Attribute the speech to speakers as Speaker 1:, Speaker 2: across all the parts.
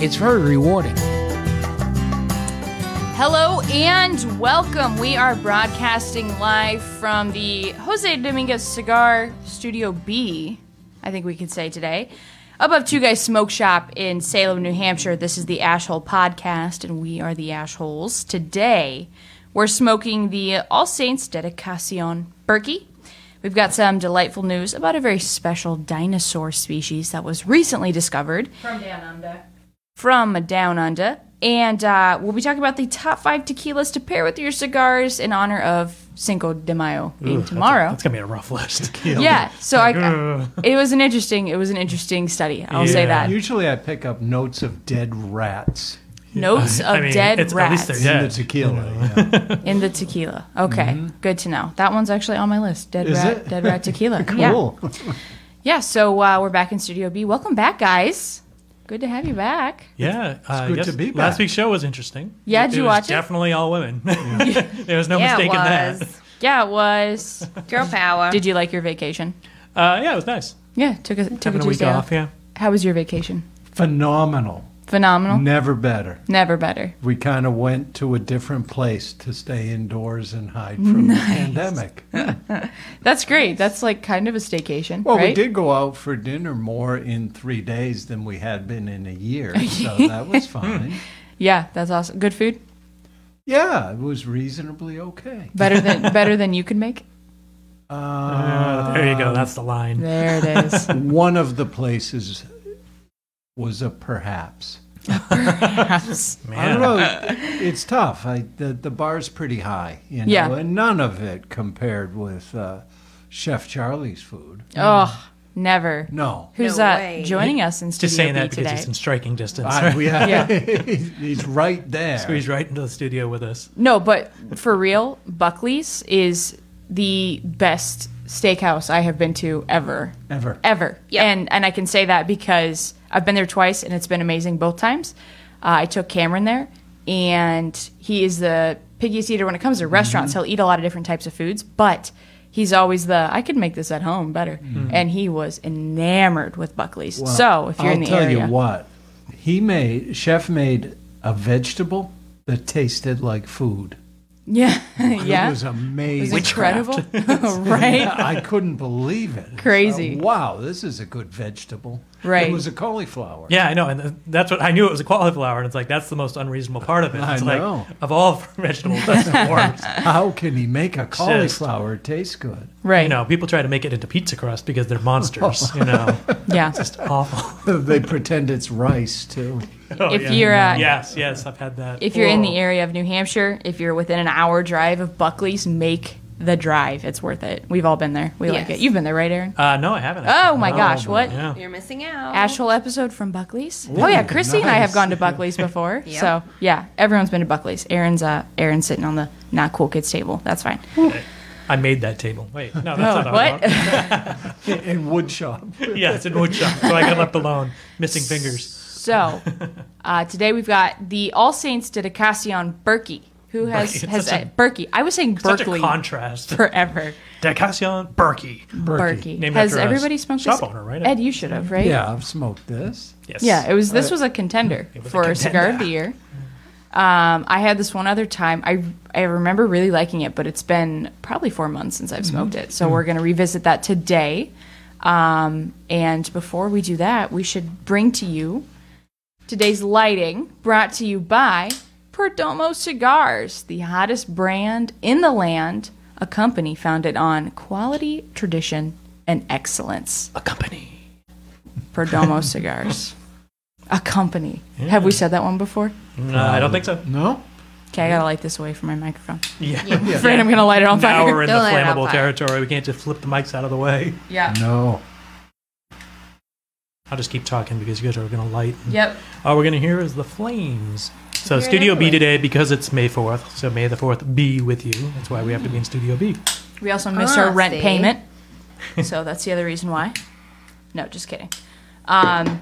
Speaker 1: It's very rewarding.
Speaker 2: Hello and welcome. We are broadcasting live from the Jose Dominguez Cigar Studio B, I think we can say today, above Two Guys Smoke Shop in Salem, New Hampshire. This is the Ashhole Podcast, and we are the Ashholes. Today, we're smoking the All Saints Dedicacion Berkey. We've got some delightful news about a very special dinosaur species that was recently discovered from Down Under. And uh, we'll be talking about the top five tequilas to pair with your cigars in honor of Cinco de Mayo being tomorrow.
Speaker 3: That's gonna be a rough list.
Speaker 2: yeah, so I, it was an interesting it was an interesting study. I'll say
Speaker 3: Yeah.
Speaker 2: that.
Speaker 4: Usually I pick up notes of dead rats
Speaker 2: Notes of
Speaker 3: I mean,
Speaker 2: dead
Speaker 3: it's- at least
Speaker 2: rats
Speaker 3: they're Mm-hmm.
Speaker 4: in
Speaker 3: dead.
Speaker 4: the tequila. yeah.
Speaker 2: in the tequila. Okay, good to know. That one's actually on my list. Dead
Speaker 4: Is
Speaker 2: rat,
Speaker 4: it?
Speaker 2: dead rat tequila. Yeah,
Speaker 4: Cool.
Speaker 2: yeah. So uh, we're back in Studio B. Welcome back, guys. Good to have you back.
Speaker 3: Yeah, uh,
Speaker 4: good
Speaker 3: yes,
Speaker 4: to be
Speaker 3: Last
Speaker 4: back.
Speaker 3: week's show was interesting.
Speaker 2: Yeah, did you
Speaker 3: was
Speaker 2: watch it?
Speaker 3: Definitely all women. there was no mistake in that.
Speaker 2: Yeah, it was.
Speaker 5: Girl power.
Speaker 2: Did you like your vacation?
Speaker 3: Uh, yeah, it was nice.
Speaker 2: Yeah, took a took
Speaker 3: Having a week
Speaker 2: Tuesday
Speaker 3: off. Yeah,
Speaker 2: How was your vacation?
Speaker 4: Phenomenal.
Speaker 2: Phenomenal.
Speaker 4: Never better.
Speaker 2: Never better.
Speaker 4: We kind of went to a different place to stay indoors and hide from the pandemic.
Speaker 2: That's great. That's like kind of a staycation,
Speaker 4: Well, we
Speaker 2: right?
Speaker 4: did go out for dinner more in three days than we had been in a year, so that was fine.
Speaker 2: Yeah, that's awesome. Good food.
Speaker 4: Yeah, it was reasonably okay.
Speaker 2: Better than better than you could make.
Speaker 3: Uh, there you go. That's the line.
Speaker 2: There it is.
Speaker 4: One of the places was a perhaps. I don't
Speaker 3: Man,
Speaker 4: know. It's tough. I, the the bar's pretty high, you know,
Speaker 2: Yeah.
Speaker 4: and none of it compared with uh, Chef Charlie's food.
Speaker 2: oh, never.
Speaker 4: No,
Speaker 2: Who's
Speaker 5: No
Speaker 2: uh,
Speaker 5: way.
Speaker 2: joining us in studio
Speaker 3: just saying
Speaker 2: B
Speaker 3: that because
Speaker 2: today?
Speaker 3: he's in striking distance.
Speaker 4: I, we have,
Speaker 2: Yeah.
Speaker 4: he's right there.
Speaker 3: Squeeze right into the studio with us.
Speaker 2: No, but for real, Buckley's is the best steakhouse I have been to ever.
Speaker 4: Ever.
Speaker 2: Ever.
Speaker 5: Yep.
Speaker 2: And and I can say that because I've been there twice and it's been amazing both times. Uh, I took Cameron there and he is the piggiest eater when it comes to restaurants.
Speaker 4: Mm-hmm.
Speaker 2: He'll eat a lot of different types of foods, but he's always the I could make this at home better.
Speaker 4: Mm-hmm.
Speaker 2: And he was enamored with Buckley's.
Speaker 4: Well,
Speaker 2: so if you're
Speaker 4: I'll
Speaker 2: in the
Speaker 4: tell
Speaker 2: area,
Speaker 4: you what, he made Chef made a vegetable that tasted like food.
Speaker 2: yeah, yeah,
Speaker 4: it was amazing.
Speaker 2: incredible, right?
Speaker 4: I couldn't believe it.
Speaker 2: Crazy.
Speaker 4: Uh, wow, this is a good vegetable.
Speaker 2: Right.
Speaker 4: It was a cauliflower.
Speaker 3: Yeah, I know, and th- that's what I knew. It was a cauliflower, and it's like that's the most unreasonable part of it. It's
Speaker 4: I
Speaker 3: like
Speaker 4: know.
Speaker 3: of all vegetables, that's the worst.
Speaker 4: How can he make a cauliflower taste good?
Speaker 2: Right.
Speaker 3: You know, people try to make it into pizza crust because they're monsters. You know,
Speaker 2: yeah.
Speaker 3: just awful.
Speaker 4: they pretend it's rice too.
Speaker 3: Oh,
Speaker 2: If
Speaker 3: yeah.
Speaker 2: you're, uh,
Speaker 3: yes, yes, I've had that.
Speaker 2: If you're in
Speaker 3: Whoa.
Speaker 2: the area of New Hampshire, if you're within an hour drive of Buckley's, make the drive. It's worth it. We've all been there. We like
Speaker 5: Yes.
Speaker 2: it. You've been there, right, Aaron?
Speaker 3: Uh, no, I haven't.
Speaker 2: Oh
Speaker 3: actually.
Speaker 2: my gosh, what?
Speaker 3: Yeah.
Speaker 5: You're missing
Speaker 3: Oh.
Speaker 5: out.
Speaker 2: Ashwell episode from Buckley's. oh yeah, Chrissy and I have
Speaker 4: nice.
Speaker 2: gone to Buckley's before. So yeah, everyone's been to Buckley's. Aaron's uh, Aaron's sitting on the not cool kids table. That's fine.
Speaker 3: I made that table. Wait, no, that's
Speaker 2: Oh,
Speaker 3: not
Speaker 2: what?
Speaker 3: what?
Speaker 4: In woodshop.
Speaker 3: yeah, it's in woodshop, so I got left alone, missing fingers.
Speaker 2: so uh, today we've got the All Saints Dedicacion Berkey, who has
Speaker 3: Berkey. It's
Speaker 2: has
Speaker 3: such
Speaker 2: uh
Speaker 3: a-
Speaker 2: Berkey. I was saying
Speaker 3: Such a
Speaker 2: Berkeley
Speaker 3: contrast.
Speaker 2: forever.
Speaker 3: Decacion Berkey.
Speaker 2: Berkey.
Speaker 3: Named
Speaker 2: Has
Speaker 3: after a
Speaker 2: everybody smoked
Speaker 3: shop
Speaker 2: this?
Speaker 3: owner, right?
Speaker 2: Ed, you should have, right?
Speaker 4: Yeah, I've smoked this.
Speaker 3: Yes.
Speaker 2: Yeah, it was. This was a contender
Speaker 3: was a
Speaker 2: for cigar of
Speaker 3: contender.
Speaker 2: the year. Um, I had this one other time. I I remember really liking it, but it's been probably four months since
Speaker 3: Mm-hmm.
Speaker 2: I've smoked it. So we're gonna revisit that today. Um, and before we do that, we should bring to you today's lighting, brought to you by Perdomo Cigars, the hottest brand in the land, a company founded on quality, tradition, and excellence.
Speaker 3: a company.
Speaker 2: Perdomo cigars. A company. Have we said that one before?
Speaker 3: No, Uh, I don't think so.
Speaker 4: No?
Speaker 2: Okay, I gotta light this away from my microphone.
Speaker 3: Yeah.
Speaker 2: I'm afraid I'm gonna light it on
Speaker 3: Now
Speaker 2: fire.
Speaker 3: we're in
Speaker 5: Don't
Speaker 3: the
Speaker 5: let it on
Speaker 3: flammable
Speaker 5: fire.
Speaker 3: territory. We can't just flip the mics out of the way.
Speaker 2: yeah.
Speaker 4: No.
Speaker 3: I'll just keep talking because you guys are going to light. and-
Speaker 2: Yep.
Speaker 3: All we're going to hear is the flames. So
Speaker 2: Hear it
Speaker 3: Studio B
Speaker 2: anyway.
Speaker 3: today because it's May 4th. So May the 4th be with you. That's why we have to be in Studio B.
Speaker 2: We also missed
Speaker 5: Ah,
Speaker 2: our rent
Speaker 5: see.
Speaker 2: payment, so that's the other reason why. No, just kidding. Um,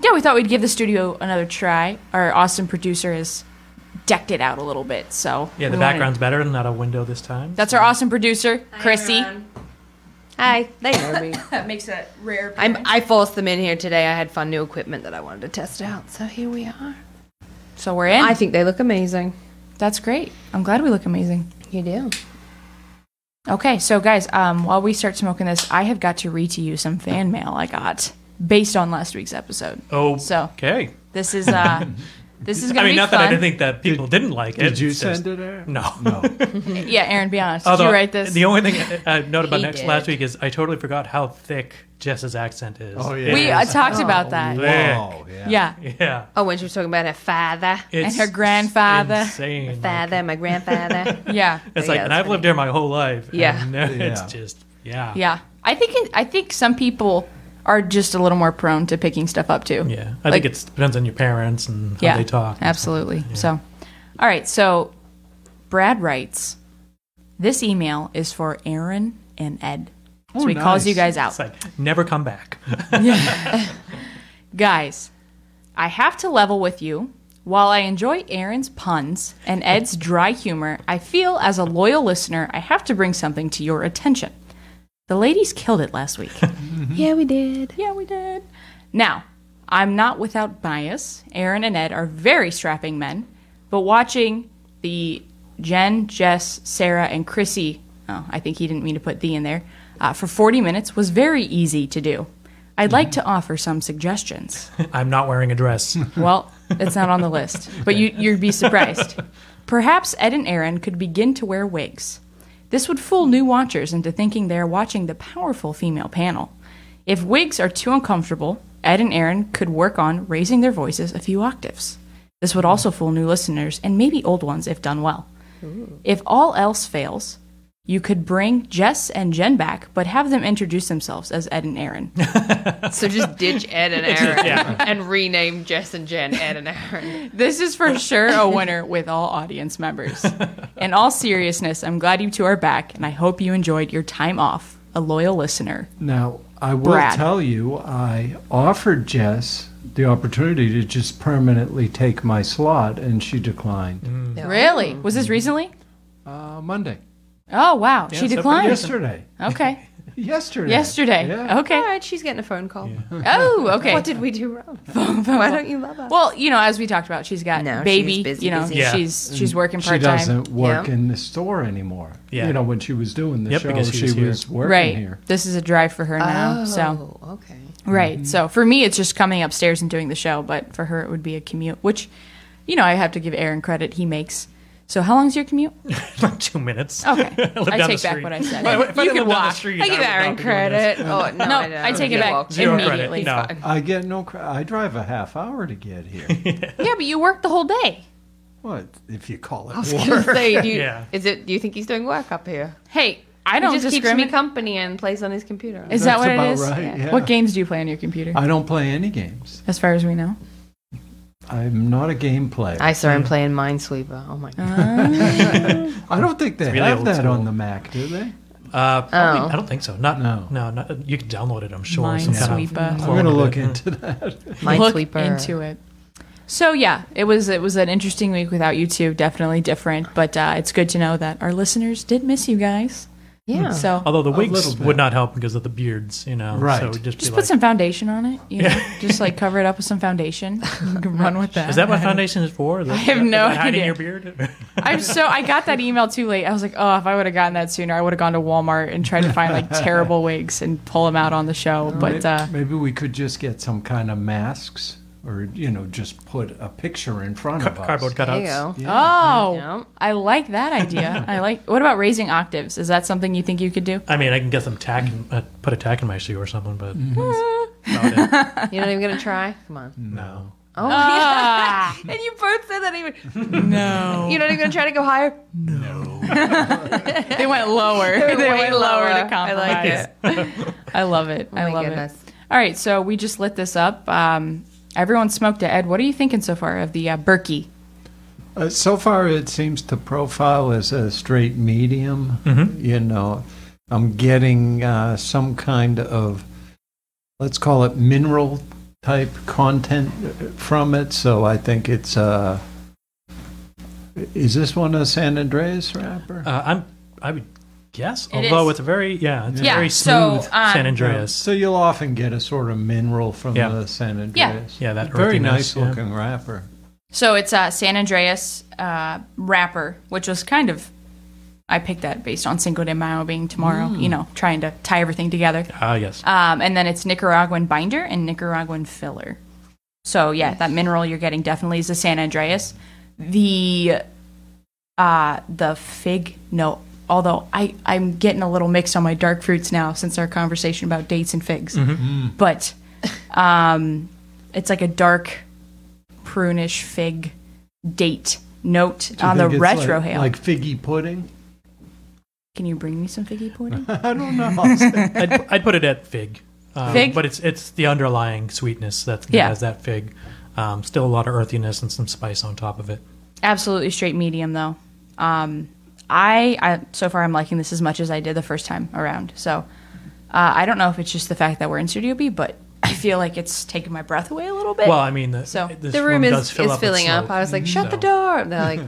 Speaker 2: yeah, we thought we'd give the studio another try. Our Austin producer has decked it out a little bit, so
Speaker 3: Yeah, the
Speaker 2: we wanted-
Speaker 3: background's better, not a window this time.
Speaker 2: That's our Austin producer, Chrissy.
Speaker 5: Hi, they know me.
Speaker 2: That makes that rare.
Speaker 5: I'm, I forced them in here today. I had fun new equipment that I wanted to test out, so here we are.
Speaker 2: so we're in.
Speaker 5: I think they look amazing.
Speaker 2: that's great. I'm glad we look amazing.
Speaker 5: You do.
Speaker 2: Okay, so guys, um, while we start smoking this, I have got to read to you some fan mail I got based on last week's episode.
Speaker 3: Oh,
Speaker 2: So
Speaker 3: okay.
Speaker 2: this is uh, this is
Speaker 3: I
Speaker 2: gonna
Speaker 3: mean,
Speaker 2: be
Speaker 3: not
Speaker 2: fun.
Speaker 3: that I didn't think that people did, not like it.
Speaker 4: Did you
Speaker 3: It's just-
Speaker 4: send it there?
Speaker 3: No.
Speaker 4: No.
Speaker 2: Yeah, Aaron, be honest.
Speaker 3: Although,
Speaker 2: did you write this?
Speaker 3: The only thing I I note about
Speaker 5: He
Speaker 3: next
Speaker 5: did.
Speaker 3: last week is I totally forgot how thick Jess's accent is.
Speaker 4: Oh,
Speaker 3: It
Speaker 2: we
Speaker 4: yeah.
Speaker 2: uh,
Speaker 3: is-
Speaker 2: talked about that.
Speaker 4: Whoa, yeah.
Speaker 2: Yeah.
Speaker 3: Oh, yeah.
Speaker 5: Oh, when she was talking about her father,
Speaker 3: It's
Speaker 2: her grandfather.
Speaker 3: Insane. like,
Speaker 5: father, my grandfather.
Speaker 2: Yeah.
Speaker 3: It's
Speaker 5: Yeah,
Speaker 3: like, and
Speaker 5: that's
Speaker 3: I've lived here my whole life.
Speaker 5: Yeah.
Speaker 3: and no- It's
Speaker 4: Yeah.
Speaker 3: just, yeah.
Speaker 2: Yeah. I think I think some people are just a little more prone to picking stuff up too.
Speaker 3: Yeah. I
Speaker 2: Like-
Speaker 3: think it depends on your parents and how
Speaker 2: yeah.
Speaker 3: they talk. and stuff.
Speaker 2: Absolutely. So, all right. So, Brad writes, "This email is for Aaron and Ed." So
Speaker 4: Oh,
Speaker 2: he calls
Speaker 4: nice.
Speaker 2: you guys out.
Speaker 3: It's like, never come back.
Speaker 2: Guys, I have to level with you. While I enjoy Aaron's puns and Ed's dry humor, I feel as a loyal listener, I have to bring something to your attention. The ladies killed it last week.
Speaker 5: yeah, we did.
Speaker 2: yeah, we did. Now, I'm not without bias. Aaron and Ed are very strapping men, but watching the Jen, Jess, Sarah, and Chrissy, oh, I think he didn't mean to put the in there, uh, for 40 minutes was very easy to do. I'd like to offer some suggestions.
Speaker 3: I'm not wearing a dress.
Speaker 2: Well, it's not on the list, but you, you'd be surprised. Perhaps Ed and Aaron could begin to wear wigs. This would fool new watchers into thinking they are watching the powerful female panel. If wigs are too uncomfortable, Ed and Aaron could work on raising their voices a few octaves. This would also fool new listeners and maybe old ones if done well. If all else fails, you could bring Jess and Jen back, but have them introduce themselves as Ed and Aaron.
Speaker 5: So just ditch Ed and Aaron
Speaker 3: Yeah.
Speaker 5: and rename Jess and Jen Ed and Aaron.
Speaker 2: This is for sure a winner with all audience members. In all seriousness, I'm glad you two are back, and I hope you enjoyed your time off. A loyal listener.
Speaker 4: Now, I will
Speaker 2: Brad.
Speaker 4: tell you, I offered Jess the opportunity to just permanently take my slot, and she declined.
Speaker 2: Really? Was this recently?
Speaker 3: Mm.
Speaker 4: Uh, Monday.
Speaker 2: Oh, wow. she
Speaker 3: so
Speaker 2: declined.
Speaker 4: Yesterday.
Speaker 2: Okay.
Speaker 4: Yesterday.
Speaker 2: Yesterday.
Speaker 4: Yeah.
Speaker 5: All
Speaker 2: Okay.
Speaker 5: right, she's getting a phone call.
Speaker 2: Oh, okay.
Speaker 5: What did we do wrong? Why don't you love us?
Speaker 2: well, you know, as we talked about, she's got
Speaker 5: No,
Speaker 2: baby.
Speaker 5: she's busy,
Speaker 2: you know,
Speaker 5: busy.
Speaker 3: Yeah.
Speaker 2: she's
Speaker 5: Mm.
Speaker 2: she's working
Speaker 4: She
Speaker 2: part time.
Speaker 4: doesn't work
Speaker 5: Yeah.
Speaker 4: in the store anymore.
Speaker 3: Yeah.
Speaker 4: You know, when she was doing the
Speaker 3: Yep,
Speaker 4: show,
Speaker 3: because she was
Speaker 4: she was,
Speaker 3: here.
Speaker 4: working
Speaker 2: Right.
Speaker 4: here.
Speaker 2: This is a drive for her now. So
Speaker 5: Oh, okay.
Speaker 2: right.
Speaker 3: Mm-hmm.
Speaker 2: So for me, it's just coming upstairs and doing the show, but for her, it would be a commute. Which, you know, I have to give Aaron credit. He makes. So how long's your commute?
Speaker 3: like two minutes.
Speaker 2: Okay.
Speaker 3: I live
Speaker 2: I
Speaker 3: down
Speaker 2: take
Speaker 3: the
Speaker 2: back
Speaker 3: street.
Speaker 2: what I said.
Speaker 3: If
Speaker 2: You
Speaker 3: I- if I lived
Speaker 2: could
Speaker 3: down the
Speaker 2: walk.
Speaker 3: street,
Speaker 5: I give
Speaker 3: would not
Speaker 5: Aaron
Speaker 3: be doing this.
Speaker 5: credit. Oh no,
Speaker 2: No,
Speaker 5: I, don't.
Speaker 2: I take it
Speaker 5: Yeah,
Speaker 2: back.
Speaker 5: well,
Speaker 3: Zero credit.
Speaker 2: Immediately.
Speaker 3: No.
Speaker 4: I get no. Cr- I drive a half hour to get here.
Speaker 2: Yeah, but you worked the whole day.
Speaker 4: what if you call it?
Speaker 5: I was gonna say, do you,
Speaker 3: Yeah.
Speaker 5: is it? Do you think he's doing work up here?
Speaker 2: Hey, I
Speaker 5: He
Speaker 2: don't
Speaker 5: just keeps me
Speaker 2: discriminate.
Speaker 5: company and plays on his computer.
Speaker 2: Is that
Speaker 4: That's
Speaker 2: what it
Speaker 4: about
Speaker 2: is?
Speaker 4: right, Yeah. yeah.
Speaker 2: What games do you play on your computer?
Speaker 4: I don't play any games.
Speaker 2: as far as we know.
Speaker 4: I'm not a game player. I,
Speaker 5: I saw him playing Minesweeper. Oh my god!
Speaker 4: don't think they
Speaker 3: really
Speaker 4: have
Speaker 3: old
Speaker 4: that
Speaker 3: school.
Speaker 4: on the Mac, do they?
Speaker 3: Uh, probably,
Speaker 5: Oh.
Speaker 3: I don't think so. Not no. No,
Speaker 4: No.
Speaker 3: not, you can download it. I'm sure. some kind of-
Speaker 2: Minesweeper.
Speaker 4: I'm going to
Speaker 3: Forward
Speaker 4: look
Speaker 3: it.
Speaker 4: into that.
Speaker 2: Look
Speaker 5: Minesweeper.
Speaker 2: into it. So yeah, it was it was an interesting week without you two. Definitely different, but uh, it's good to know that our listeners did miss you guys.
Speaker 5: Yeah.
Speaker 2: So
Speaker 3: Although the wigs
Speaker 4: little bit.
Speaker 3: would not help because of the beards, you know.
Speaker 4: Right.
Speaker 3: So it'd just,
Speaker 2: just
Speaker 3: be
Speaker 2: put
Speaker 3: like,
Speaker 2: some foundation on it. You know, just like cover it up with some foundation. You can run with that.
Speaker 3: Is that what foundation is for? Is I
Speaker 2: have no
Speaker 3: Hiding
Speaker 2: idea.
Speaker 3: your beard.
Speaker 2: I'm so I got that email too late. I was like, oh, if I would have gotten that sooner, I would have gone to Walmart and tried to find like terrible wigs and pull them out on the show. But
Speaker 4: May-
Speaker 2: uh,
Speaker 4: maybe we could just get some kind of masks, or you know, just put a picture in front of us.
Speaker 3: Cardboard
Speaker 5: There you
Speaker 3: cutouts.
Speaker 5: go.
Speaker 2: oh,
Speaker 5: Yeah.
Speaker 2: I like that idea. I like. What about raising octaves? Is that something you think you could do?
Speaker 3: I mean, I can get some tack and uh, put a tack in my shoe or something, but
Speaker 4: Mm-hmm.
Speaker 5: You're not even gonna try? Come on.
Speaker 3: no.
Speaker 5: Oh, yeah. and you both said that even.
Speaker 2: No,
Speaker 5: You're not even gonna try to go higher.
Speaker 2: they went lower. they
Speaker 5: way
Speaker 2: went
Speaker 5: lower.
Speaker 2: lower to
Speaker 5: I like
Speaker 2: compromise. I, love it.
Speaker 5: Oh
Speaker 2: I
Speaker 5: my
Speaker 2: love
Speaker 5: goodness.
Speaker 2: it. All right, so we just lit this up. Um, everyone smoked it. Ed, what are you thinking so far of the uh, Berkey?
Speaker 4: Uh, so far, it seems to profile as a straight medium.
Speaker 3: Mm-hmm.
Speaker 4: You know, I'm getting uh, some kind of, let's call it mineral type content uh, from it. So I think it's. Uh, is this one a San Andreas wrapper?
Speaker 3: Uh, I'm, I would guess,
Speaker 2: It
Speaker 3: although
Speaker 2: is.
Speaker 3: it's a very, yeah, it's
Speaker 2: Yeah,
Speaker 3: a very
Speaker 2: so,
Speaker 3: smooth
Speaker 2: um,
Speaker 3: San Andreas.
Speaker 4: So you'll often get a sort of mineral from
Speaker 3: Yeah.
Speaker 4: the San Andreas.
Speaker 3: Yeah, that
Speaker 4: very
Speaker 3: earthiness,
Speaker 4: nice
Speaker 3: yeah.
Speaker 4: looking wrapper.
Speaker 2: So it's uh, San Andreas uh, wrapper, which was kind of. I picked that based on Cinco de Mayo being tomorrow, you know, trying to tie everything together.
Speaker 3: Ah, yes.
Speaker 2: Um, and then it's Nicaraguan binder and Nicaraguan filler. So yeah, that mineral you're getting definitely is the San Andreas. The uh the fig no although I, I'm getting a little mixed on my dark fruits now since our conversation about dates and figs.
Speaker 4: Mm-hmm.
Speaker 2: But um it's like a dark prunish fig date note
Speaker 4: Do you
Speaker 2: on the
Speaker 4: think it's like-
Speaker 2: retrohale.
Speaker 4: Like figgy pudding?
Speaker 2: Can you bring me some figgy pudding?
Speaker 4: I don't know.
Speaker 3: I'd, I'd put it at fig. Um,
Speaker 2: Fig?
Speaker 3: But it's it's the underlying sweetness that's, that
Speaker 2: Yeah.
Speaker 3: has that fig. Um, still a lot of earthiness and some spice on top of it.
Speaker 2: absolutely straight medium though. Um, I, I so far I'm liking this as much as I did the first time around. So uh, I don't know if it's just the fact that we're in Studio B, but I feel like it's taking my breath away a little bit.
Speaker 3: Well, I mean, the,
Speaker 2: So,
Speaker 3: this
Speaker 5: the room,
Speaker 3: does
Speaker 5: is,
Speaker 3: fill
Speaker 5: is
Speaker 3: up with
Speaker 5: filling up.
Speaker 3: smoke.
Speaker 5: I was like, shut the
Speaker 3: So-
Speaker 5: door. And they're like,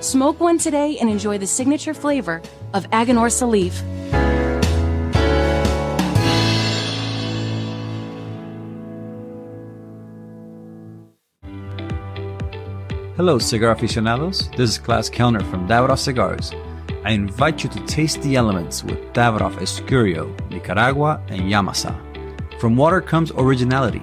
Speaker 6: Smoke one today and enjoy the signature flavor of Aganorsa leaf.
Speaker 7: Hello, cigar aficionados. This is Klaus Kellner from Davidoff Cigars. I invite you to taste the elements with Davidoff Escurio, Nicaragua, and Yamasa. From water comes originality.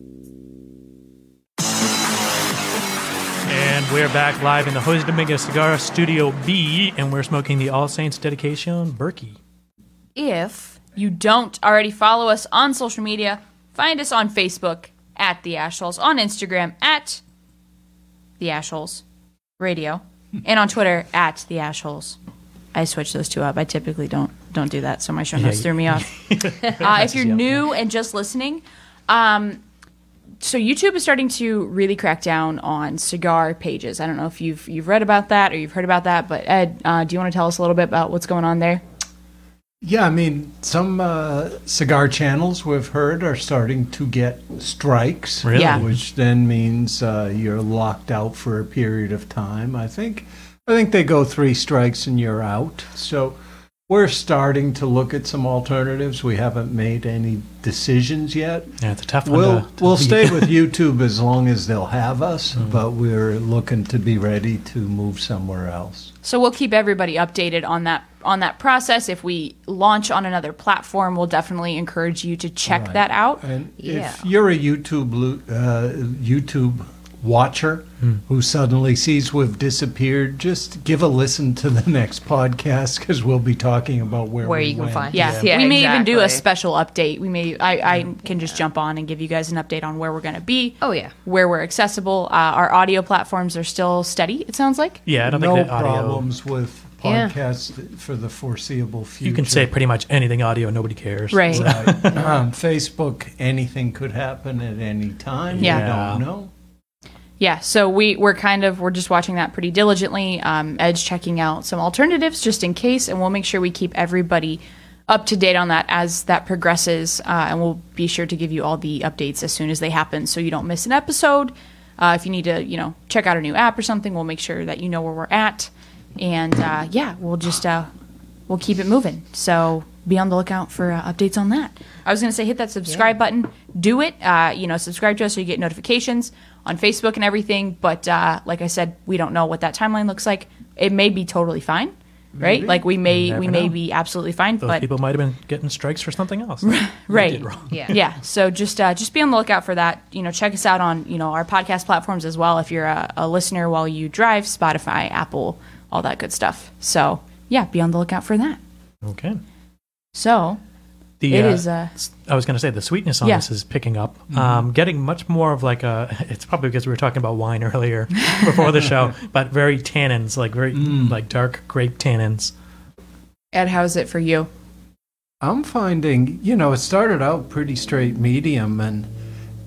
Speaker 3: And we're back live in the Jose Dominguez Cigar Studio B, and we're smoking the All Saints Dedication Berkey.
Speaker 2: If you don't already follow us on social media, find us on Facebook at The Ashholes, on Instagram at The Ashholes Radio,
Speaker 8: Hmm.
Speaker 2: and on Twitter at The Ashholes. I switch those two up. I typically don't don't do that, so my show
Speaker 8: Yeah,
Speaker 2: notes
Speaker 8: you-
Speaker 2: threw me off. uh, if you're new and just listening, um, so YouTube is starting to really crack down on cigar pages. I don't know if you've you've read about that or you've heard about that, but Ed, uh, do you want to tell us a little bit about what's going on there?
Speaker 4: Yeah, I mean, some uh, cigar channels we've heard are starting to get strikes,
Speaker 9: Really? Yeah.
Speaker 4: which then means uh, you're locked out for a period of time. I think, I think they go three strikes and you're out. So we're starting to look at some alternatives. We haven't made any decisions yet.
Speaker 3: Yeah, it's a tough one
Speaker 4: We'll
Speaker 3: to- to
Speaker 4: we'll
Speaker 3: beat.
Speaker 4: stay with YouTube as long as they'll have us,
Speaker 3: Mm.
Speaker 4: but we're looking to be ready to move somewhere else.
Speaker 2: So we'll keep everybody updated on that on that process. If we launch on another platform, we'll definitely encourage you to check
Speaker 4: Right.
Speaker 2: that out.
Speaker 4: And
Speaker 2: yeah.
Speaker 4: if you're a YouTube lo- uh, YouTube watcher
Speaker 3: Mm.
Speaker 4: who suddenly sees we've disappeared, just give a listen to the next podcast because we'll be talking about where
Speaker 5: Where
Speaker 4: we
Speaker 5: you can
Speaker 4: went.
Speaker 5: find
Speaker 2: yeah, we may even do a
Speaker 5: exactly.
Speaker 2: special update. We may I, I can just jump on and give you guys an update on where we're going to be. Oh yeah, where we're accessible. Uh, our audio platforms are still steady. It sounds like.
Speaker 3: Yeah, I don't
Speaker 4: no
Speaker 3: think the audio.
Speaker 4: problems with
Speaker 2: Yeah.
Speaker 4: podcasts for the foreseeable future.
Speaker 3: You can say pretty much anything audio, nobody cares.
Speaker 2: Right.
Speaker 3: So-
Speaker 4: Right. um, Facebook, anything could happen at any time. You
Speaker 2: Yeah.
Speaker 4: don't know.
Speaker 2: Yeah, so we we're kind of we're just watching that pretty diligently. Um, Ed's checking out some alternatives just in case, and we'll make sure we keep everybody up to date on that as that progresses, uh, and we'll be sure to give you all the updates as soon as they happen, so you don't miss an episode. Uh, if you need to, you know, check out a new app or something, we'll make sure that you know where we're at, and uh, yeah, we'll just uh, we'll keep it moving. So be on the lookout for uh, updates on that. I was going to say hit that subscribe button. Do it. Uh, you know, subscribe to us so you get notifications on Facebook and everything. But uh, like I said, we don't know what that timeline looks like. It may be totally fine, right?
Speaker 3: Maybe.
Speaker 2: Like we may
Speaker 3: You
Speaker 2: we
Speaker 3: never
Speaker 2: may
Speaker 3: know.
Speaker 2: be absolutely fine,
Speaker 3: Those
Speaker 2: but
Speaker 3: people might have been getting strikes for something else.
Speaker 2: right
Speaker 3: They did wrong.
Speaker 2: yeah yeah so just uh, just be on the lookout for that you know check us out on you know our podcast platforms as well if you're a, a listener while you drive spotify apple all that good stuff so yeah be on the lookout for that
Speaker 3: Okay.
Speaker 2: so
Speaker 3: The,
Speaker 2: it
Speaker 3: uh,
Speaker 2: is uh,
Speaker 3: I was going to say the sweetness on
Speaker 2: Yeah.
Speaker 3: this is picking up,
Speaker 4: Mm-hmm.
Speaker 3: um, getting much more of like a. It's probably because we were talking about
Speaker 4: Mm.
Speaker 3: wine earlier before the show, but very tannins, like very like dark grape tannins.
Speaker 2: Ed, how's it for you?
Speaker 4: I'm finding, you know, it started out pretty straight medium, and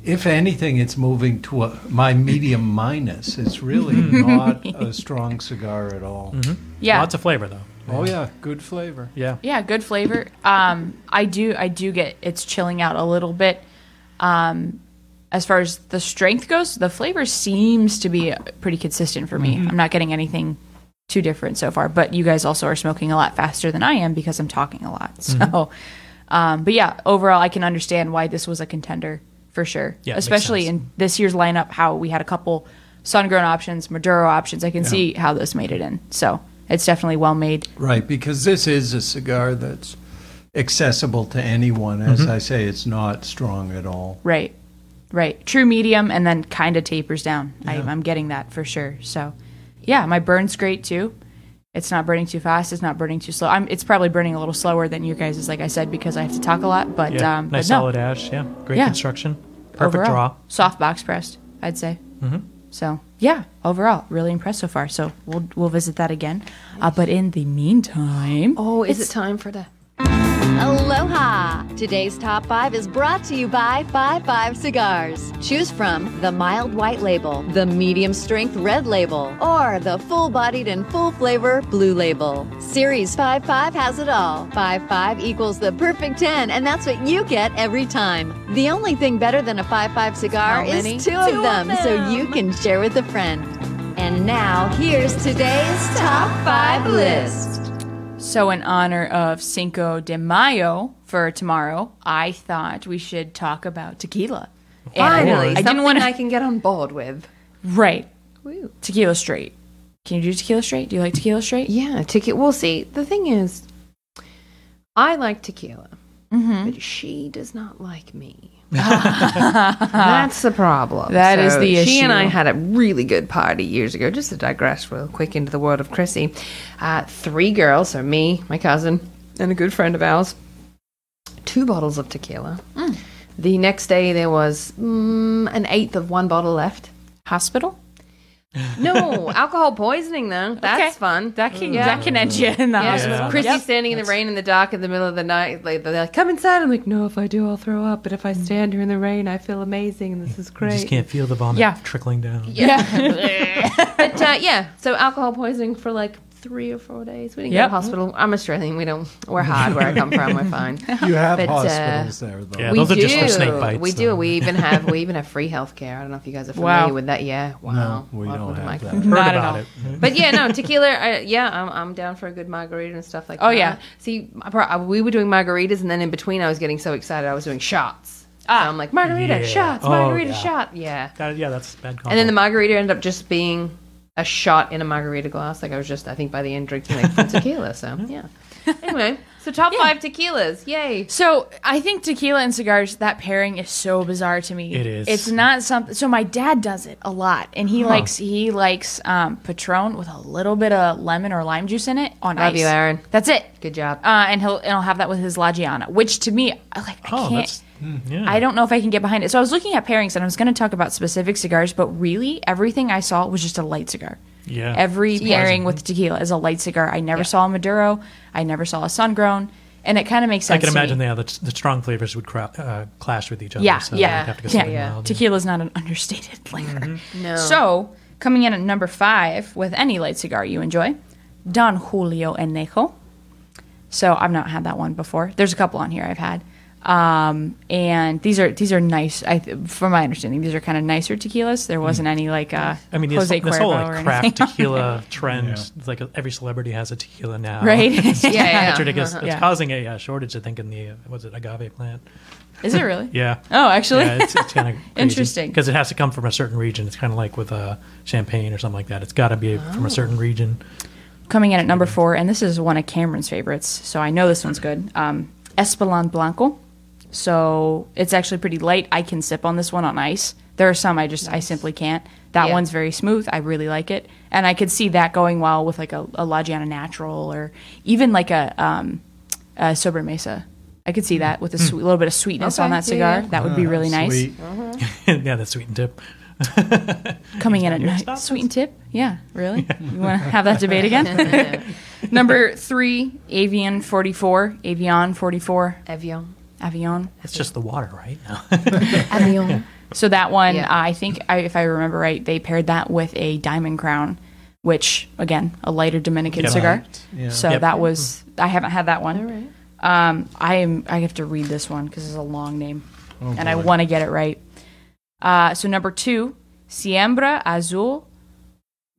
Speaker 4: if anything, it's moving to a, my medium minus. It's really not a strong cigar at all.
Speaker 2: Yeah.
Speaker 3: Lots of flavor though.
Speaker 4: Oh yeah, good flavor.
Speaker 3: Yeah.
Speaker 2: Yeah, good flavor. Um, I do, I do get it's chilling out a little bit. Um, as far as the strength goes, the flavor seems to be pretty consistent for me.
Speaker 5: Mhm.
Speaker 2: I'm not getting anything too different so far. But you guys also are smoking a lot faster than I am because I'm talking a lot. So,
Speaker 5: Mhm.
Speaker 2: um, but yeah, overall, I can understand why this was a contender for sure.
Speaker 5: Yeah, it makes
Speaker 2: especially
Speaker 5: sense.
Speaker 2: in this year's lineup, how we had a couple sun grown options, Maduro options. I can
Speaker 4: Yeah.
Speaker 2: see how this made it in. So it's definitely well made.
Speaker 4: Right, because this is a cigar that's accessible to anyone. As
Speaker 2: Mhm.
Speaker 4: I say, it's not strong at all.
Speaker 2: Right. Right. True medium and then kind of tapers down. I,
Speaker 4: Yeah.
Speaker 2: I'm getting that for sure. So, yeah, my burn's great too. It's not burning too fast. It's not burning too slow. I'm, it's probably burning a little slower than your guys' like I said, because I have to talk a lot. But,
Speaker 3: yeah.
Speaker 2: um,
Speaker 3: nice
Speaker 2: but no.
Speaker 3: solid ash. Yeah. Great
Speaker 2: Yeah.
Speaker 3: construction. Perfect
Speaker 2: Overall,
Speaker 3: draw.
Speaker 2: Soft box pressed, I'd say.
Speaker 3: Mhm.
Speaker 2: So, yeah, overall, really impressed so far. So, we'll, we'll visit that again. Uh, but in the meantime.
Speaker 5: Oh, is it time for the
Speaker 8: Aloha! Today's top five is brought to you by Five Five Cigars. Choose from the mild white label, the medium strength red label, or the full bodied and full flavor blue label. Series Five Five has it all. Five Five equals the perfect 10, and that's what you get every time. The only thing better than a Five Five cigar
Speaker 5: How
Speaker 8: is
Speaker 5: many?
Speaker 8: two, of,
Speaker 5: Two of
Speaker 8: them, so
Speaker 5: them.
Speaker 8: you can share with a friend. And now, here's today's top five list.
Speaker 2: So, in honor of Cinco de Mayo for tomorrow, I thought we should talk about tequila. And
Speaker 5: Finally,
Speaker 2: I didn't want
Speaker 5: I can get on board with.
Speaker 2: Right. Tequila straight. Can you do tequila straight? Do you like tequila straight?
Speaker 5: Yeah, tequila. We'll see. The thing is, I like tequila, but she does not like me. And That's the problem.
Speaker 2: That is the
Speaker 5: She and
Speaker 2: issue.
Speaker 5: I had a really good party years ago. Just to digress real quick into the world of Chrissy, uh, three girls, so me, my cousin, and a good friend of ours, two bottles of tequila. The next day there was mm, an eighth of one bottle left.
Speaker 2: Hospital?
Speaker 5: No, alcohol poisoning though. That's fun.
Speaker 2: That can that can end you in the
Speaker 5: Mm. yeah.
Speaker 2: hospital.
Speaker 5: Chrissy
Speaker 2: Yep.
Speaker 5: standing in the rain in the dark in the middle of the night. Like, they're like, "Come inside." I'm like, "No, if I do, I'll throw up. But if I stand here in the rain, I feel amazing, and this is
Speaker 3: Mm-hmm. You
Speaker 5: great."
Speaker 3: just can't feel the vomit
Speaker 5: Yeah.
Speaker 3: trickling down.
Speaker 5: Yeah. but uh, yeah, so alcohol poisoning for like three or four days. We didn't go
Speaker 3: Yep.
Speaker 5: to hospital. I'm Australian. We don't. We're hard where I come from. We're fine.
Speaker 4: You have
Speaker 5: But, uh,
Speaker 4: hospitals there, though.
Speaker 3: Yeah, those are just for snake bites,
Speaker 5: We do.
Speaker 3: though.
Speaker 5: We even have. We even have free healthcare. I don't know if you guys are
Speaker 3: Wow.
Speaker 5: familiar with that. Yeah. Wow.
Speaker 4: No, we
Speaker 5: Welcome
Speaker 4: don't
Speaker 5: to
Speaker 4: have
Speaker 5: my
Speaker 4: that.
Speaker 5: country.
Speaker 4: Heard Not at about all. it.
Speaker 5: But yeah, no tequila. I, yeah, I'm, I'm down for a good margarita and stuff like.
Speaker 2: Oh,
Speaker 5: that.
Speaker 2: yeah.
Speaker 5: See, I pro- I- we were doing margaritas, and then in between, I was getting so excited, I was doing shots. Ah. So I'm like margarita
Speaker 3: Yeah.
Speaker 5: shots,
Speaker 3: Oh,
Speaker 5: margarita
Speaker 3: yeah.
Speaker 5: shot. Yeah.
Speaker 3: That- yeah, that's a bad combo.
Speaker 5: And then the margarita ended up just being a shot in a margarita glass. Like I was just, I think by the end drinking like full tequila. So yeah. Anyway, so top five tequilas, yay!
Speaker 2: So I think tequila and cigars that pairing is so bizarre to me.
Speaker 5: It is.
Speaker 2: It's not something. So my dad does it a lot, and he
Speaker 5: Huh.
Speaker 2: likes he likes um, Patron with a little bit of lemon or lime juice in it on
Speaker 5: Love
Speaker 2: ice.
Speaker 5: you, Aaron.
Speaker 2: That's it.
Speaker 5: Good job.
Speaker 2: Uh, and he'll and he'll have that with his La Giana, which to me, I like I
Speaker 3: oh,
Speaker 2: can't.
Speaker 3: that's mm, yeah.
Speaker 2: I don't know if I can get behind it. So I was looking at pairings and I was going to talk about specific cigars, but really everything I saw was just a light cigar.
Speaker 3: Yeah.
Speaker 2: Every
Speaker 3: Surprising.
Speaker 2: pairing with tequila is a light cigar. I never saw a Maduro. I never saw a sun grown. And it kind of makes sense.
Speaker 3: I can
Speaker 2: to me.
Speaker 3: imagine yeah, the, the strong flavors would cra- uh, clash with each other.
Speaker 2: Yeah,
Speaker 3: so
Speaker 2: yeah,
Speaker 3: you'd have to go
Speaker 2: yeah.
Speaker 3: something
Speaker 2: yeah.
Speaker 3: mild,
Speaker 2: Tequila's not an understated flavor.
Speaker 5: No.
Speaker 2: So coming in at number five with any light cigar you enjoy, Don Julio Anejo. So I've not had that one before. There's a couple on here I've had, um, and these are these are nice. I, th- from my understanding, these are kind of nicer tequilas. There wasn't any like uh,
Speaker 3: Mm. I mean, this,
Speaker 2: Jose
Speaker 3: this whole
Speaker 2: Cuervo
Speaker 3: like
Speaker 2: or
Speaker 3: craft
Speaker 2: anything on
Speaker 3: tequila trend, like every celebrity has a tequila now,
Speaker 2: Right.
Speaker 3: it's,
Speaker 2: Yeah, yeah.
Speaker 3: it's ridiculous.
Speaker 2: Uh-huh.
Speaker 3: It's
Speaker 2: Yeah.
Speaker 3: causing a uh, shortage, I think, in the uh, was it agave plant?
Speaker 2: Is it really?
Speaker 3: yeah.
Speaker 2: Oh, actually?
Speaker 3: yeah, it's, it's kind of
Speaker 2: Interesting.
Speaker 3: because it has to come from a certain region. It's kind of like with uh, champagne or something like that. It's got to be from
Speaker 2: Oh.
Speaker 3: a certain region.
Speaker 2: Coming in at number four, and this is one of Cameron's favorites, so I know this one's good. Um, Espelon Blanco. So it's actually pretty light. I can sip on this one on ice. There are some I just I simply can't. That
Speaker 5: Yeah.
Speaker 2: one's very smooth. I really like it, and I could see that going well with like a, a La Giana Natural or even like a, um, a Sober Mesa. I could see that with a
Speaker 3: Mm.
Speaker 2: sweet, little bit of sweetness on
Speaker 3: Okay,
Speaker 2: that
Speaker 3: yeah,
Speaker 2: cigar.
Speaker 3: yeah.
Speaker 2: That would be
Speaker 3: Ah,
Speaker 2: really nice.
Speaker 3: sweet. yeah, that's sweet and tip.
Speaker 2: Coming in at
Speaker 3: Yours
Speaker 2: night, sweet and tip. Yeah, really. You want to have that debate again? Number three, Avian 44. Avian 44.
Speaker 5: Avion.
Speaker 2: Avion.
Speaker 3: It's just the water, right? No.
Speaker 2: Avion. So that one,
Speaker 5: Yeah.
Speaker 2: I think, I, if I remember right, they paired that with a Diamond Crown, which, again, a lighter Dominican
Speaker 5: Yep.
Speaker 2: cigar.
Speaker 5: Right. Yeah.
Speaker 2: So
Speaker 5: Yep. Mm-hmm.
Speaker 2: that was, I haven't had that one. All right. Um, I am. I have to read this one because it's a long name,
Speaker 5: Oh,
Speaker 2: and I
Speaker 5: boy.
Speaker 2: want to get it right. Uh, so number two, Siembra Azul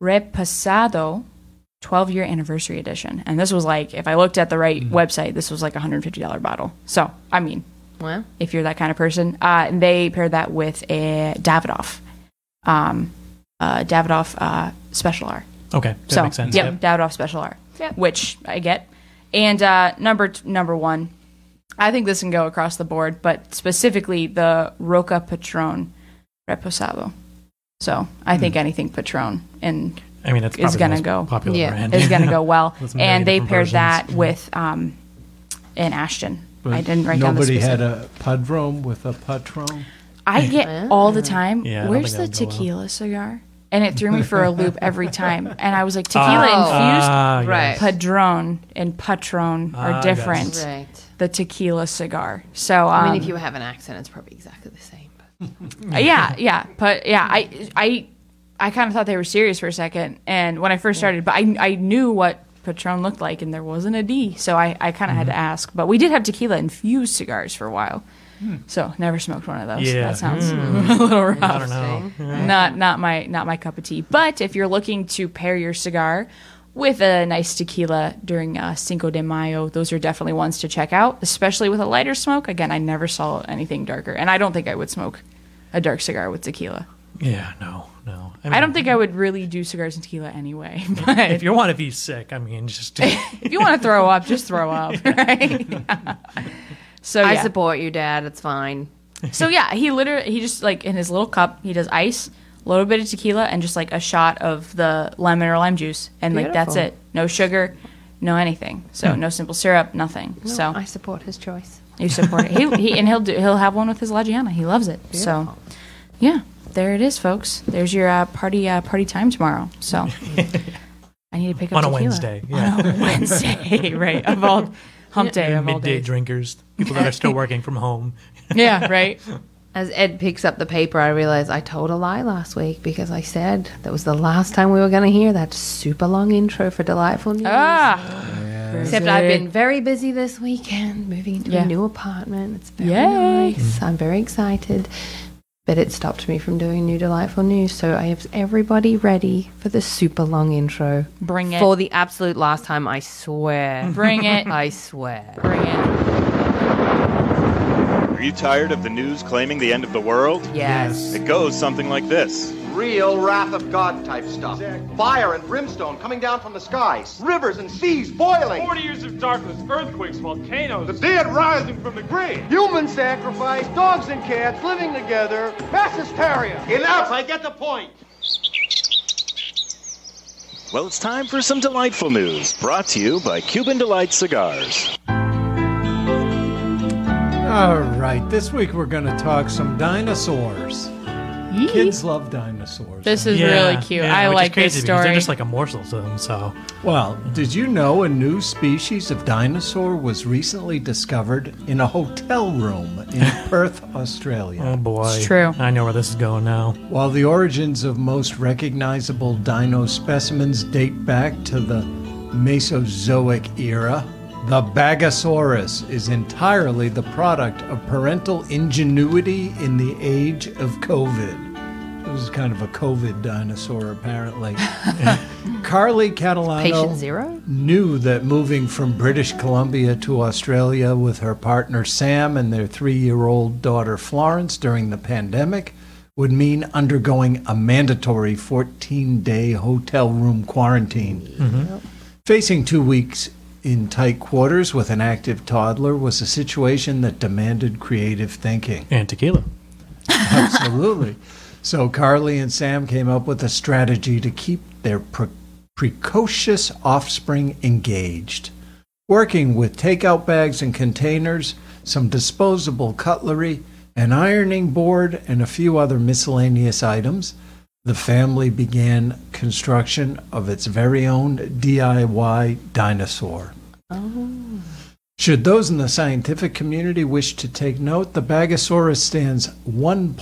Speaker 2: Repasado, twelve year anniversary edition, and this was like if I looked at the right
Speaker 5: Mm-hmm.
Speaker 2: website, this was like a hundred fifty dollar bottle. So I mean,
Speaker 5: Wow.
Speaker 2: if you're that kind of person, uh, and they paired that with a Davidoff, um, uh, Davidoff uh, Special R.
Speaker 3: Okay, that makes sense.
Speaker 2: Yep,
Speaker 3: Yep.
Speaker 2: Davidoff Special R,
Speaker 5: Yep.
Speaker 2: which I get. And uh, number t- number one, I think this can go across the board, but specifically the Roca Patron Reposado. So I
Speaker 4: Hmm.
Speaker 2: think anything Patron and
Speaker 3: I mean, it's
Speaker 2: is
Speaker 3: probably the
Speaker 2: gonna
Speaker 3: most
Speaker 2: go
Speaker 3: popular Yeah. brand.
Speaker 2: Is gonna go well,
Speaker 3: With a million
Speaker 2: and they
Speaker 3: different
Speaker 2: paired that
Speaker 3: versions. Mhm.
Speaker 2: with um, an Ashton.
Speaker 4: But
Speaker 2: I didn't write down the
Speaker 4: Nobody
Speaker 2: specific.
Speaker 4: had a padrone with a patron.
Speaker 2: I get all the time.
Speaker 4: Yeah, I don't
Speaker 2: Where's the
Speaker 4: think that would go well.
Speaker 2: tequila cigar? And it threw me for a loop every time. And I was like, tequila
Speaker 3: Ah,
Speaker 2: infused,
Speaker 3: ah, yes.
Speaker 2: Padron and Patron
Speaker 3: Ah,
Speaker 2: are different.
Speaker 5: yes. Right.
Speaker 2: The tequila cigar. So um,
Speaker 5: I mean, if you have an accent, it's probably exactly the same.
Speaker 2: uh, yeah, yeah, but yeah, I, I, I kind of thought they were serious for a second, and when I first started, but I, I knew what Patron looked like, and there wasn't a D, so I, I kind of had to
Speaker 3: Mm-hmm.
Speaker 2: ask. But we did have tequila infused cigars for a while, so never smoked one of those.
Speaker 3: Hmm. Yeah.
Speaker 2: that sounds
Speaker 5: Hmm.
Speaker 3: Mm.
Speaker 2: a little rough.
Speaker 3: I don't know. Yeah.
Speaker 2: Not, not my, not my cup of tea. But if you're looking to pair your cigar. With a nice tequila during uh, Cinco de Mayo, those are definitely ones to check out, especially with a lighter smoke. Again, I never saw anything darker, and I don't think I would smoke a dark cigar with tequila.
Speaker 3: Yeah, no, no.
Speaker 2: I, don't think I would really do cigars and tequila anyway. But
Speaker 3: If you want to be sick, I mean, just
Speaker 2: if you want to throw up, just throw up, right? So
Speaker 5: I
Speaker 2: oh, yeah.
Speaker 5: support you, Dad. It's fine.
Speaker 2: so yeah, he literally he just like in his little cup, he does ice, a little bit of tequila, and just like a shot of the lemon or lime juice, and like that's
Speaker 5: Beautiful.
Speaker 2: it. No sugar, no anything. So
Speaker 5: Hmm.
Speaker 2: no simple syrup, nothing.
Speaker 5: No,
Speaker 2: so
Speaker 5: I support his choice.
Speaker 2: You support it. He, he and he'll do, he'll have one with his Lagiana. He loves it. So, yeah, there it is, folks. There's your uh, party uh, party time tomorrow. So, I need to pick up
Speaker 3: On a
Speaker 2: tequila.
Speaker 3: Wednesday, yeah.
Speaker 2: On a Wednesday, right? Of all hump day of all
Speaker 3: midday
Speaker 2: days.
Speaker 3: drinkers, people that are still working from home.
Speaker 2: Yeah, right.
Speaker 5: As Ed picks up the paper, I realize I told a lie last week because I said that was the last time we were going to hear that super long intro for Delightful News.
Speaker 2: Ah.
Speaker 5: Except I've been very busy this weekend, moving into
Speaker 2: Yeah.
Speaker 5: a new apartment. It's very
Speaker 2: Yay.
Speaker 5: nice. I'm very excited. But it stopped me from doing new delightful news. So I have everybody ready for the super long intro.
Speaker 2: Bring it.
Speaker 5: For the absolute last time, I swear.
Speaker 2: Bring it.
Speaker 5: I swear.
Speaker 2: Bring it.
Speaker 10: Are you tired of the news claiming the end of the world?
Speaker 9: Yes.
Speaker 10: It goes something like this.
Speaker 9: Real wrath of God type stuff. Fire and brimstone coming down from the skies. Rivers and seas boiling.
Speaker 11: 40 years of darkness, earthquakes, volcanoes.
Speaker 9: The dead rising from the grave. Human sacrifice, dogs and cats living together. Mass hysteria. Enough, I get the point.
Speaker 10: Well, it's time for some delightful news brought to you by Cuban Delight Cigars.
Speaker 4: All right, this week we're going to talk some dinosaurs. Kids love dinosaurs.
Speaker 2: This is really cute. I
Speaker 3: which is
Speaker 2: like
Speaker 3: crazy
Speaker 2: this
Speaker 3: because
Speaker 2: story.
Speaker 3: They're just like a morsel to them. So
Speaker 4: Well, did you know a new species of dinosaur was recently discovered in a hotel room in Perth, Australia?
Speaker 3: Oh, boy. It's
Speaker 2: true.
Speaker 3: I know where this is going now.
Speaker 4: While the origins of most recognizable dino specimens date back to the Mesozoic era, the Bagasaurus is entirely the product of parental ingenuity in the age of COVID. It was kind of a COVID dinosaur, apparently. Carly Catalano
Speaker 5: Patient zero?
Speaker 4: knew that moving from British Columbia to Australia with her partner Sam and their three year old daughter Florence during the pandemic would mean undergoing a mandatory 14 day hotel room quarantine. Facing two weeks in tight quarters with an active toddler was a situation that demanded creative thinking.
Speaker 3: And tequila.
Speaker 4: Absolutely. So Carly and Sam came up with a strategy to keep their pre- precocious offspring engaged. Working with takeout bags and containers, some disposable cutlery, an ironing board, and a few other miscellaneous items, the family began construction of its very own DIY dinosaur.
Speaker 5: Oh.
Speaker 4: Should those in the scientific community wish to take note, the Bagasaurus stands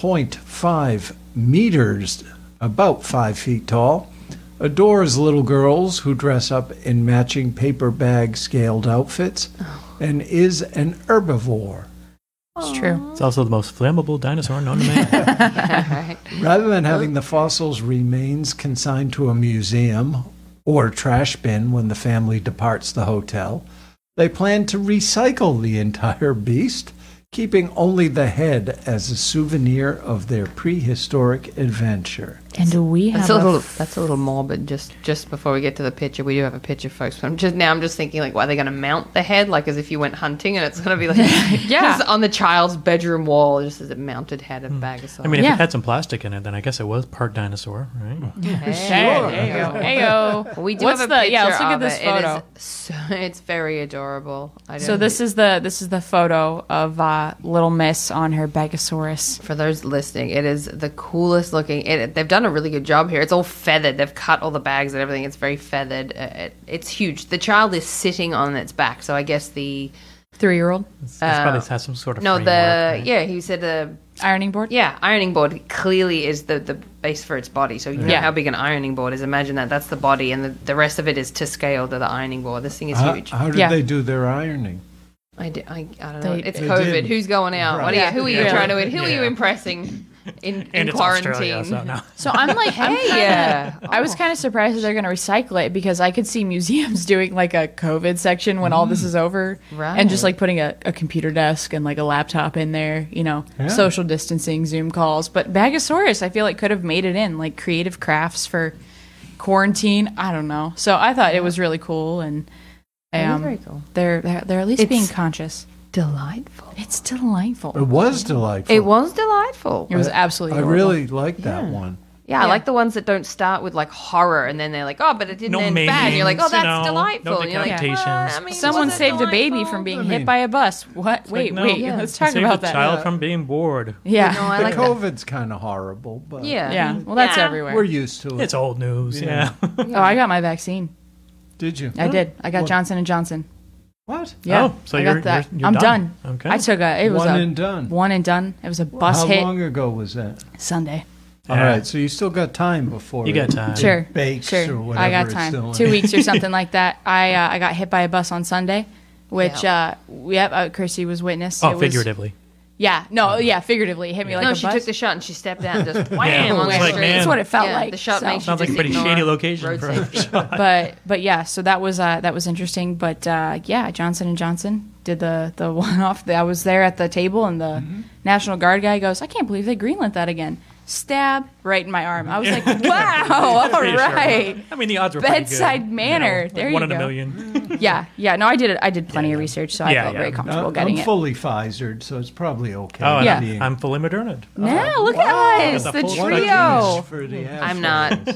Speaker 4: 1.5 meters, about 5 feet tall, adores little girls who dress up in matching paper bag scaled outfits, and is an herbivore.
Speaker 5: It's true.
Speaker 3: It's also the most flammable dinosaur known to man.
Speaker 4: Rather than having the fossil's remains consigned to a museum or trash bin when the family departs the hotel, they plan to recycle the entire beast, keeping only the head as a souvenir of their prehistoric adventure.
Speaker 5: And do we that's
Speaker 4: have
Speaker 5: a
Speaker 4: a
Speaker 5: little that's a little morbid. Just just before we get to the picture, we do have a picture, folks. But I'm just now I'm just thinking like, why are they going to mount the head like as if you went hunting and it's going to be like yeah on the child's bedroom wall just as a mounted head of Bagasaurus.
Speaker 3: Hmm. I mean, if it had some plastic in it, then I guess it was part dinosaur, right?
Speaker 2: Sure. There you go. There you go.
Speaker 5: Well, We do
Speaker 2: What's
Speaker 5: have a
Speaker 2: the-
Speaker 5: picture
Speaker 2: yeah, let's look at
Speaker 5: of
Speaker 2: this
Speaker 5: it.
Speaker 2: photo.
Speaker 5: It is so, it's very adorable. I
Speaker 2: So this is the this is the photo of uh, Little Miss on her Bagasaurus.
Speaker 5: For those listening, it is the coolest looking. It, they've done a really good job here. It's all feathered. They've cut all the bags and everything. It's very feathered. Uh, It, it's huge. The child is sitting on its back. So I guess the
Speaker 2: three year old.
Speaker 3: That's probably has some sort of
Speaker 5: no, the
Speaker 3: framework, right?
Speaker 5: yeah, he said the
Speaker 2: ironing board.
Speaker 5: Yeah, ironing board clearly is the the base for its body. So you know
Speaker 4: Yeah.
Speaker 5: how big an ironing board is. Imagine that. That's the body, and the, the rest of it is to scale to the ironing board. This thing is
Speaker 3: Uh,
Speaker 4: How,
Speaker 5: huge.
Speaker 4: how did they do their ironing?
Speaker 5: I, d- I, I don't know.
Speaker 4: They-
Speaker 5: it's
Speaker 4: They
Speaker 5: COVID.
Speaker 4: did.
Speaker 5: Who's going out? What are
Speaker 4: Right.
Speaker 5: you, who are you
Speaker 4: Yeah.
Speaker 5: trying to? Who are you
Speaker 4: Yeah.
Speaker 5: impressing in, in
Speaker 3: And it's Australia,
Speaker 5: quarantine?
Speaker 3: so no.
Speaker 2: So I'm like,
Speaker 5: Hey,
Speaker 2: I'm kinda,
Speaker 5: yeah. Oh.
Speaker 2: I was kind of surprised that they're going to recycle it because I could see museums doing like a COVID section when all this is over,
Speaker 5: Mm. Right.
Speaker 2: and just like putting a, a computer desk and like a laptop in there, you know,
Speaker 5: Yeah.
Speaker 2: social distancing, Zoom calls. But Bagasaurus, I feel like could have made it in like creative crafts for quarantine. I don't know. So I thought it was really cool and.
Speaker 5: That is
Speaker 2: Um,
Speaker 5: very cool.
Speaker 2: They're, they're they're at least
Speaker 5: It's
Speaker 2: being conscious.
Speaker 5: Delightful.
Speaker 2: It's delightful.
Speaker 4: It was delightful.
Speaker 5: It was delightful.
Speaker 4: I- I really liked that one.
Speaker 5: Yeah, I
Speaker 4: Yeah.
Speaker 5: like the ones that don't start with like horror and then they're like, oh, but it didn't
Speaker 4: No
Speaker 5: end bad. And you're like, oh,
Speaker 4: maimings,
Speaker 5: that's
Speaker 4: you know, no
Speaker 5: delightful. and you're like,
Speaker 3: decapitations.
Speaker 5: well, I mean,
Speaker 2: Someone
Speaker 5: was it
Speaker 2: saved a
Speaker 5: delightful?
Speaker 2: baby from being
Speaker 5: I
Speaker 2: hit
Speaker 5: mean-
Speaker 2: by a bus. What?
Speaker 3: It's like,
Speaker 2: wait,
Speaker 3: no,
Speaker 2: wait.
Speaker 3: yeah.
Speaker 2: Let's talk
Speaker 3: Save
Speaker 2: about
Speaker 3: the
Speaker 2: that.
Speaker 3: child from being bored.
Speaker 2: Yeah.
Speaker 5: No, I
Speaker 4: the
Speaker 5: like that.
Speaker 4: COVID's kind of horrible, but
Speaker 5: Yeah. Yeah.
Speaker 2: Well, that's Yeah. everywhere.
Speaker 4: We're used to it.
Speaker 3: It's old news, yeah.
Speaker 2: Oh, I got my vaccine.
Speaker 4: Did you?
Speaker 2: I did. I got
Speaker 4: What?
Speaker 2: Johnson and Johnson.
Speaker 4: What?
Speaker 2: Yeah.
Speaker 3: Oh, so
Speaker 2: I
Speaker 3: you're-
Speaker 2: got that.
Speaker 3: you're- you're
Speaker 2: I'm
Speaker 3: done.
Speaker 2: done.
Speaker 3: Okay.
Speaker 2: I took a. It was
Speaker 4: One
Speaker 2: a
Speaker 4: and done.
Speaker 2: One and done. It was a bus
Speaker 4: How
Speaker 2: hit
Speaker 4: long ago was that?
Speaker 2: Sunday.
Speaker 4: All
Speaker 3: Yeah.
Speaker 4: right, so you still got time before
Speaker 3: You
Speaker 4: it-
Speaker 3: got time.
Speaker 4: it
Speaker 2: Sure.
Speaker 4: bakes
Speaker 2: sure.
Speaker 4: or whatever.
Speaker 2: I got
Speaker 4: it's
Speaker 2: time.
Speaker 4: doing.
Speaker 2: Two weeks or something like that. I uh, I got hit by a bus on Sunday, which
Speaker 5: Yeah.
Speaker 2: uh, yep, uh, Kirsty was witness.
Speaker 3: Oh,
Speaker 2: It was-
Speaker 3: figuratively.
Speaker 2: Yeah. No. Yeah. Figuratively, it hit me like
Speaker 5: no,
Speaker 2: a
Speaker 5: she
Speaker 2: bus.
Speaker 5: took the shot and she stepped out and just
Speaker 3: Yeah,
Speaker 5: wham
Speaker 3: it
Speaker 5: on
Speaker 3: was
Speaker 5: the
Speaker 3: like,
Speaker 5: street.
Speaker 3: man. That's what it
Speaker 2: felt
Speaker 5: Yeah,
Speaker 2: like,
Speaker 5: The shot
Speaker 2: so-
Speaker 5: makes
Speaker 3: Sounds
Speaker 5: you
Speaker 3: like a
Speaker 5: just
Speaker 3: pretty
Speaker 5: ignore
Speaker 3: shady location
Speaker 5: road
Speaker 3: for a
Speaker 5: safety.
Speaker 3: shot.
Speaker 2: but but yeah, so that was uh, that was interesting. But uh, yeah, Johnson and Johnson did the the one off. I was there at the table, and the
Speaker 3: Mm-hmm.
Speaker 2: National Guard guy goes, "I can't believe they greenlit that again." Stab right in my arm. I was like, "Wow, all
Speaker 3: Mm-hmm. Pretty sure.
Speaker 2: right."
Speaker 3: I mean, the odds were pretty good,
Speaker 2: bedside
Speaker 3: you know,
Speaker 2: manner.
Speaker 3: like
Speaker 2: there you
Speaker 3: one
Speaker 2: go. Mm.
Speaker 3: in a million.
Speaker 2: Yeah, yeah. No, I did it. I did plenty of research, so I
Speaker 3: Yeah,
Speaker 2: felt
Speaker 3: yeah. Uh,
Speaker 2: very comfortable
Speaker 4: I'm,
Speaker 2: getting
Speaker 4: I'm
Speaker 2: it.
Speaker 4: fully Pfizered, so it's probably okay.
Speaker 3: Oh, and
Speaker 2: Yeah.
Speaker 3: I'm, I'm fully moderned.
Speaker 2: Now look at us,
Speaker 3: uh,
Speaker 2: the
Speaker 3: Got the full
Speaker 2: trio.
Speaker 4: for the
Speaker 5: I'm not.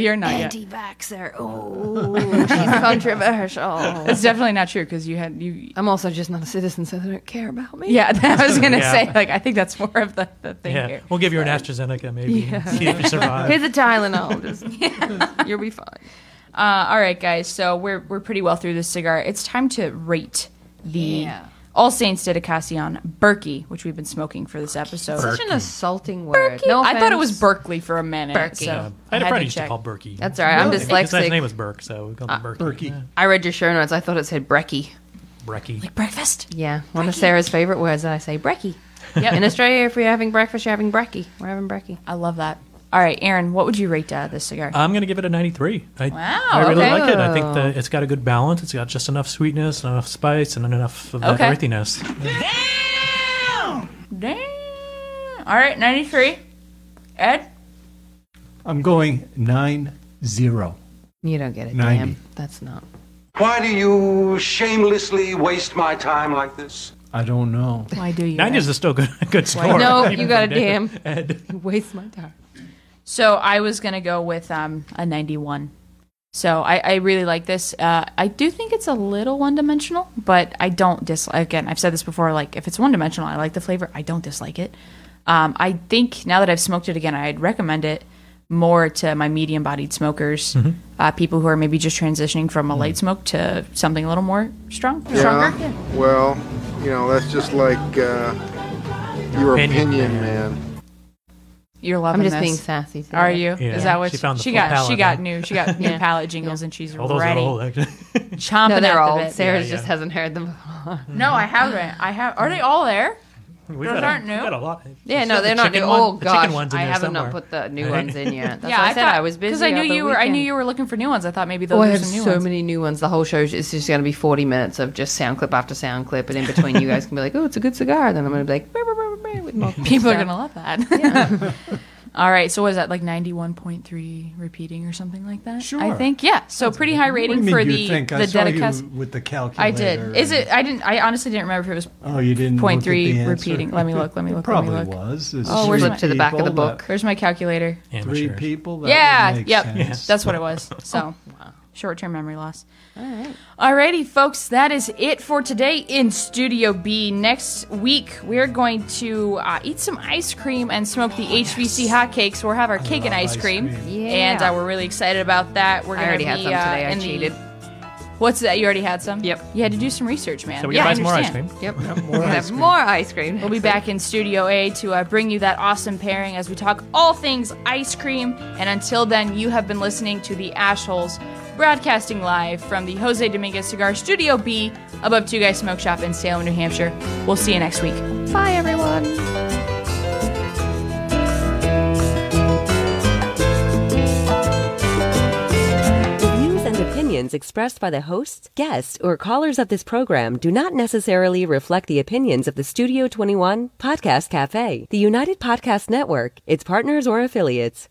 Speaker 2: You're not yet.
Speaker 5: Anti-vaxxer. Oh, she's controversial.
Speaker 2: It's definitely not true because you had you.
Speaker 5: I'm also just not a citizen, so they don't care about me.
Speaker 2: Yeah, I was gonna
Speaker 3: Yeah.
Speaker 2: say like I think that's more of the, the thing
Speaker 3: Yeah,
Speaker 2: here.
Speaker 3: we'll give you an AstraZeneca maybe.
Speaker 2: Yeah.
Speaker 3: See if you survive.
Speaker 5: Here's a Tylenol. Just, you'll be fine.
Speaker 2: Uh, all right, guys. So we're we're pretty well through this cigar. It's time to rate the All Saints Dedicacion Berkey, which we've been smoking for this episode.
Speaker 5: Such an assaulting word.
Speaker 2: Berkey?
Speaker 5: No
Speaker 2: I thought it was
Speaker 5: offense.
Speaker 2: Berkeley for a minute.
Speaker 5: Berkey.
Speaker 2: So
Speaker 5: Yeah.
Speaker 3: I had a
Speaker 5: I had
Speaker 3: friend
Speaker 5: to
Speaker 3: used to
Speaker 5: check.
Speaker 3: call Berkey.
Speaker 5: That's all right, I'm Really?
Speaker 3: His last
Speaker 5: dyslexic.
Speaker 3: name was Burke, so we called him Berkey. Yeah.
Speaker 5: I read your show notes. I thought it said Brecky.
Speaker 3: Brecky. Like
Speaker 2: breakfast?
Speaker 5: Yeah. One of Sarah's favorite words that I say, Brecky.
Speaker 2: Yep.
Speaker 5: In Australia, if you're having breakfast, you're having Brecky. We're having Brecky.
Speaker 2: I love that. All right, Aaron, what would you rate uh, this cigar?
Speaker 3: I'm going to give it a 93. I,
Speaker 2: Wow,
Speaker 3: I really
Speaker 2: okay.
Speaker 3: like it. I think
Speaker 2: Wow.
Speaker 3: that it's got a good balance. It's got just enough sweetness, enough spice, and enough of that
Speaker 2: Okay.
Speaker 3: earthiness.
Speaker 2: Damn. All right, 93. Ed?
Speaker 4: I'm going nine zero.
Speaker 5: You don't get it,
Speaker 4: Ninety.
Speaker 5: damn. That's not.
Speaker 12: Why do you shamelessly waste my time like this?
Speaker 4: I don't know.
Speaker 2: Why do you?
Speaker 3: 90s is still good, a good score.
Speaker 5: No,
Speaker 3: even
Speaker 5: you got a
Speaker 3: from
Speaker 5: damn.
Speaker 3: Ed- Ed.
Speaker 5: You waste my time.
Speaker 2: So I was going to go with um, a 91. So I, I really like this. Uh, I do think it's a little one dimensional, but I don't dislike Again, I've said this before like, if it's one dimensional, I like the flavor. I don't dislike it. Um, I think now that I've smoked it again, I'd recommend it more to my medium bodied smokers,
Speaker 5: Mm-hmm.
Speaker 13: Mhm.
Speaker 2: uh, people who are maybe just transitioning from a
Speaker 5: Mm.
Speaker 2: light smoke to something a little more strong, stronger.
Speaker 14: Yeah. Well, you know, that's just like uh, your opinion, man.
Speaker 2: You're loving
Speaker 5: I'm just
Speaker 2: this.
Speaker 5: being sassy today.
Speaker 2: Are you?
Speaker 5: Yeah.
Speaker 2: Is that what
Speaker 5: She found the full
Speaker 2: got? she
Speaker 5: palette,
Speaker 2: got
Speaker 5: huh?
Speaker 2: new. She got new
Speaker 5: Yeah.
Speaker 2: palette jingles, and she's
Speaker 3: All those are
Speaker 2: ready.
Speaker 3: old, actually.
Speaker 2: Chomping
Speaker 5: no, they're
Speaker 2: at the
Speaker 5: all.
Speaker 2: bit.
Speaker 5: Sarah
Speaker 2: Yeah,
Speaker 5: just
Speaker 2: yeah.
Speaker 5: hasn't heard them.
Speaker 2: No, I haven't. I have. Are they all there?
Speaker 3: We
Speaker 2: Those
Speaker 3: got a-
Speaker 2: aren't new.
Speaker 3: we got a lot.
Speaker 5: Yeah,
Speaker 3: She's
Speaker 5: no,
Speaker 3: got the
Speaker 5: they're not new.
Speaker 3: chicken one-
Speaker 5: oh
Speaker 3: the chicken
Speaker 5: gosh,
Speaker 3: one's in
Speaker 5: I
Speaker 3: there
Speaker 5: haven't
Speaker 3: somewhere.
Speaker 5: not put the new
Speaker 3: Right.
Speaker 5: ones in yet. That's
Speaker 2: yeah,
Speaker 5: why I, said
Speaker 2: thought-
Speaker 5: I was busy.
Speaker 2: I knew
Speaker 5: over the
Speaker 2: you were. I knew
Speaker 5: weekend.
Speaker 2: you were looking for new ones. I thought maybe those
Speaker 5: Oh, I
Speaker 2: were
Speaker 5: have
Speaker 2: some new
Speaker 5: so
Speaker 2: ones.
Speaker 5: many new ones. The whole show is it's just going to be 40 minutes of just sound clip after sound clip. And in between, you guys can be like, oh, it's a good cigar. Then I'm going to be like, "Brr, brr, brr, brr, brr," with more
Speaker 2: People are
Speaker 5: stuff.
Speaker 2: gonna love that. All right. So was that like ninety-one point three repeating or something like that? Sure. I think yeah. So pretty high
Speaker 4: What do you
Speaker 2: rating
Speaker 4: mean
Speaker 2: for
Speaker 4: you
Speaker 2: the
Speaker 4: think?
Speaker 2: the
Speaker 4: I saw
Speaker 2: Dedicast.
Speaker 4: you with the calculator.
Speaker 2: I did. Is it? I didn't. I honestly didn't remember if it was.
Speaker 4: Oh, you didn't
Speaker 2: Point
Speaker 4: look at
Speaker 2: three
Speaker 4: the answer?
Speaker 2: repeating. Let me look. Let me
Speaker 4: It
Speaker 2: look.
Speaker 4: probably
Speaker 2: let me look.
Speaker 4: was. There's
Speaker 2: Oh, where's
Speaker 4: three
Speaker 2: my, to the back of the
Speaker 4: people
Speaker 2: book.
Speaker 4: that-
Speaker 2: Where's my calculator?
Speaker 4: Three people. That
Speaker 2: yeah.
Speaker 4: would make
Speaker 2: Yep.
Speaker 4: sense.
Speaker 2: That's what it was. So,
Speaker 5: Oh,
Speaker 2: short-term memory loss. All right. Alrighty, folks. That is it for today in Studio B. Next week, we're going to uh, eat some ice cream and smoke
Speaker 5: Oh,
Speaker 2: the HVC hotcakes. We'll have our cake and ice, cream, and uh, we're really excited about that. We're
Speaker 5: I
Speaker 2: gonna
Speaker 5: already
Speaker 2: be,
Speaker 5: had some
Speaker 2: uh,
Speaker 5: today. I
Speaker 2: in the-
Speaker 5: cheated.
Speaker 2: What's that? You already had some? Yep. You had to do some research, man.
Speaker 5: So we
Speaker 2: yeah,
Speaker 5: gotta
Speaker 2: I
Speaker 5: buy some more ice
Speaker 2: understand.
Speaker 5: cream.
Speaker 2: Yep.
Speaker 5: We're gonna have more ice cream.
Speaker 2: We'll be back in Studio A to uh, bring you that awesome pairing as we talk all things ice cream. And until then, you have been listening to the Ashholes broadcasting live from the Jose Dominguez Cigar Studio B above Two Guys Smoke Shop in Salem, New Hampshire. We'll see you next week.
Speaker 5: Bye, everyone.
Speaker 15: The views and opinions expressed by the hosts, guests, or callers of this program do not necessarily reflect the opinions of the Studio 21 Podcast Cafe, the United Podcast Network, its partners, or affiliates.